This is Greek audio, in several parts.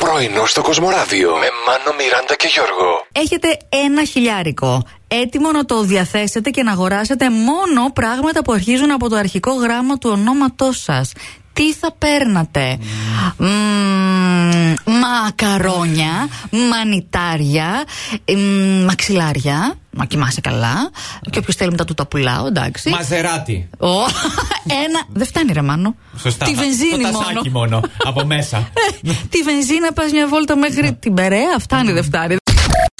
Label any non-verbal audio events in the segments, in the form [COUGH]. Πρωινό στο Κοσμοράδιο με Μάνο, Μιράντα και Γιώργο. Έχετε ένα χιλιάρικο. Έτοιμο να το διαθέσετε και να αγοράσετε μόνο πράγματα που αρχίζουν από το αρχικό γράμμα του ονόματός σας. Τι θα παίρνατε. Μμμ, μακαρόνια, μανιτάρια, μμ, μαξιλάρια. Να κοιμάσαι καλά. Και όποιος θέλει μετά του τα πουλάω, εντάξει. Μαζεράτη. Ω, [LAUGHS] ένα. Δεν φτάνει, ρε Μάνο. Σωστά. Τη βενζίνη το μόνο. τασάκι μόνο. από [LAUGHS] μέσα. Τη βενζίνα πας μια βόλτα μέχρι την Περέα. Φτάνει, δεν φτάνει.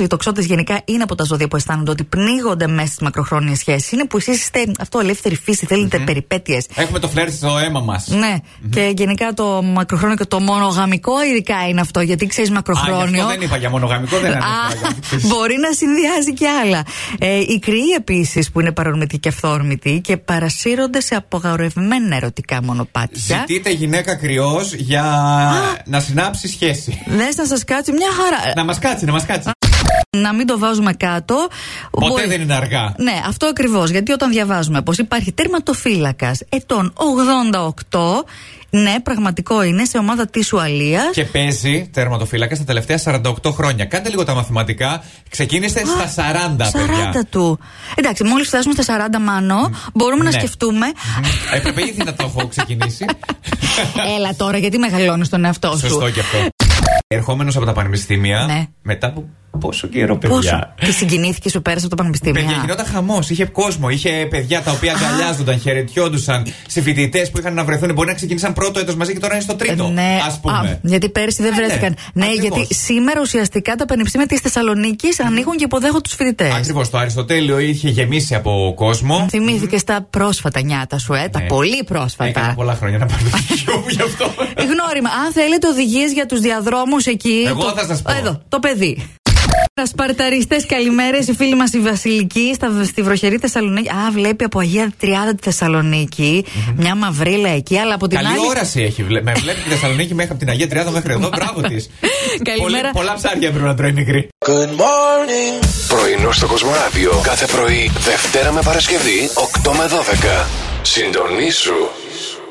Οι τοξότε γενικά είναι από τα ζώδια που αισθάνονται ότι πνίγονται μέσα στις μακροχρόνιες σχέσεις. Είναι που εσείς είστε αυτό ελεύθερη φύση, θέλετε περιπέτειες. Έχουμε το φλερ στο αίμα μας. Ναι, και γενικά το μακροχρόνιο και το μονογαμικό ειδικά είναι αυτό, γιατί ξέρεις μακροχρόνιο. Αυτό δεν είπα για μονογαμικό, δεν ανέφερα. [LAUGHS] Α, μπορεί να συνδυάζει και άλλα. Ε, οι κρυοί επίσης που είναι παρορμητοί και αυθόρμητοι και παρασύρονται σε απογορευμένα ερωτικά μονοπάτια. Ζητείτε γυναίκα κρυός για να συνάψει σχέση. Λε να σας κάτσει μια χαρά. Να μας κάτσει, να μας κάτσει. να μην το βάζουμε κάτω. Ποτέ δεν είναι αργά. Ναι, αυτό ακριβώς. Γιατί όταν διαβάζουμε πως υπάρχει τερματοφύλακας ετών 88, ναι, πραγματικό είναι σε ομάδα της Ουαλίας. Και παίζει τερματοφύλακας τα τελευταία 48 χρόνια. Κάντε λίγο τα μαθηματικά. Ξεκίνησε στα 40, 40 παιδιά. του. Εντάξει, μόλις φτάσουμε στα 40 μάνο, μπορούμε να Ναι. σκεφτούμε. Μμμ. Έπρεπε ήδη να το έχω ξεκινήσει. Έλα τώρα, γιατί μεγαλώνεις τον εαυτό σου. Σωστό και αυτό. Ερχόμενος από τα πανεπιστήμια. Ναι. Μετά από πόσο καιρό, παιδιά. Πόσο. Και συγκινήθηκε σου πέρασε από το πανεπιστήμιο. Παιδιά, γινόταν χαμός. Είχε κόσμο. Είχε παιδιά τα οποία αγκαλιάζονταν, χαιρετιόντουσαν. Σε φοιτητέ που είχαν να βρεθούν. Μπορεί να ξεκίνησαν πρώτο έτος μαζί και τώρα είναι στο τρίτο. ναι, ας πούμε. γιατί πέρσι δεν Ε, ναι. βρέθηκαν. Ναι, Ακριβώς. γιατί σήμερα ουσιαστικά τα πανεπιστήμια της Θεσσαλονίκης ανοίγουν και υποδέχονται τους φοιτητές. Ακριβώς. Το Αριστοτέλειο είχε γεμίσει από κόσμο. Θυμήθηκε τα πρόσφατα νιάτα σου, ε, τα Ναι. πολύ πρόσφατα. Ε, Έκανα πολλά χρόνια να πάρω το πτυχίο μου γι' αυτό. Γνώριμα, αν θέλετε οδηγίες για τους διαδρόμους εκεί. Εγώ θα σας πω. Εδώ, το παιδί. Τα Σπαρταριστές, καλημέρες. Η φίλη μας η Βασιλική στα, στη βροχερή Θεσσαλονίκη. Α, βλέπει από Αγία Τριάδα τη θεσσαλονικη Μια μαυρίλα εκεί, αλλά από την Καλή άλλη. όραση έχει. Βλέ- Με βλέπει τη Θεσσαλονίκη μέχρι από την Αγία Τριάδα μέχρι εδώ. Μπράβο της. [LAUGHS] Καλημέρα. Πολλά ψάρια πρέπει να τρώει η μικρή. Πρωινό στο Κοσμοράδιο κάθε πρωί, Δευτέρα με Παρασκευή, 8 με 12. Συντονίσου.